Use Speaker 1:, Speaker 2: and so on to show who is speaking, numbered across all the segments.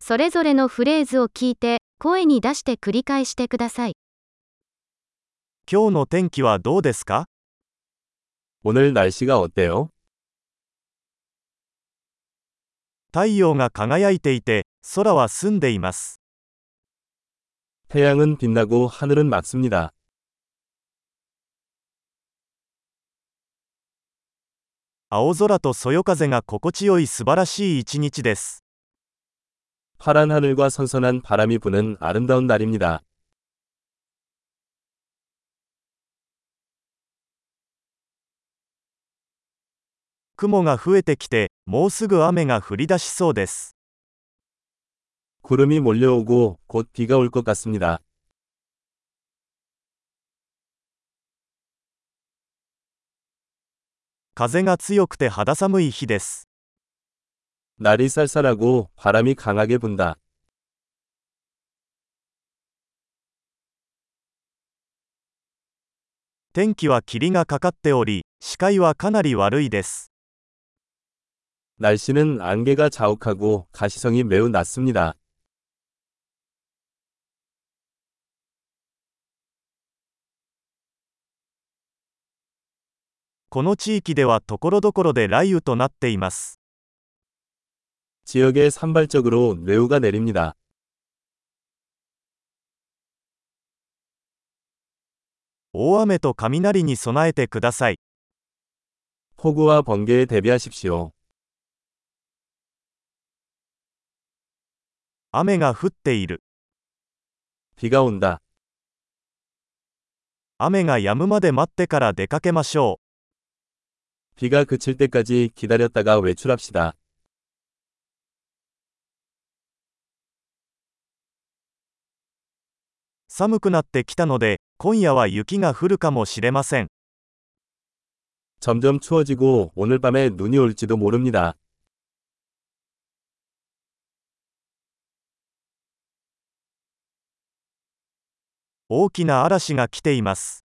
Speaker 1: それぞれのフレーズを聞いて、声に出して繰り返してください。
Speaker 2: 今日の天気はどうですか
Speaker 3: 오늘 날씨가 어때요?
Speaker 2: 太陽が輝いていて、空は澄んでいます。
Speaker 3: 태양은 빛나고 하늘은 맑습니다.
Speaker 2: 青空とそよ風が心地よい素晴らしい一日です。
Speaker 3: 파란 하늘과 선선한 바람이 부는 아름다운 날입니다.
Speaker 2: 雲が増えてきて、もうすぐ雨が降り出しそうです。
Speaker 3: 구름이 몰려오고 곧 비가 올 것 같습니다.
Speaker 2: 風が強くて肌寒い日です。
Speaker 3: 날이 쌀쌀하고 바람이 강하게 분다.
Speaker 2: 天気は霧がかかっており、視界はかなり悪いです。
Speaker 3: 날씨는 안개가 자욱하고 가시성이 매우 낮습니다.
Speaker 2: この地域ではところどころで雷雨となっています。
Speaker 3: 지역에 산발적으로 뇌우가 내립니다.
Speaker 2: 大雨と雷に備えてください。
Speaker 3: 폭우와 번개에 대비하십시오.
Speaker 2: 雨が降っている。
Speaker 3: 비가 온다.
Speaker 2: 雨が止むまで待ってから出かけましょう。
Speaker 3: 비가 그칠 때까지 기다렸다가 외출합시다.
Speaker 2: 寒くなってきたので、今夜は雪が降るかもしれません。
Speaker 3: 점점 추워지고 오늘 밤에 눈이 올지도 모릅니다.
Speaker 2: 大きな嵐が来ています。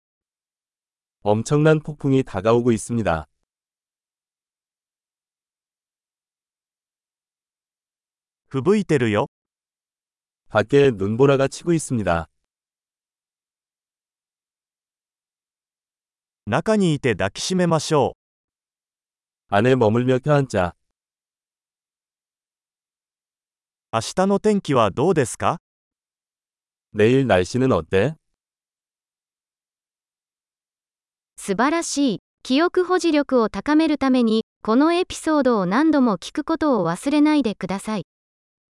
Speaker 3: 엄청난 폭풍이 다가오고 있습니다.
Speaker 2: 吹雪いてるよ。
Speaker 3: 밖에 눈보라가 치고 있습니다.
Speaker 2: 中にいて抱きしめましょう。
Speaker 3: 안에 머물며 껴앉자.
Speaker 2: 明日の天気はどうですか
Speaker 3: 내일 날씨는 어때?
Speaker 1: 素晴らしい。記憶保持力を高めるために、このエピソードを何度も聞くことを忘れないでください。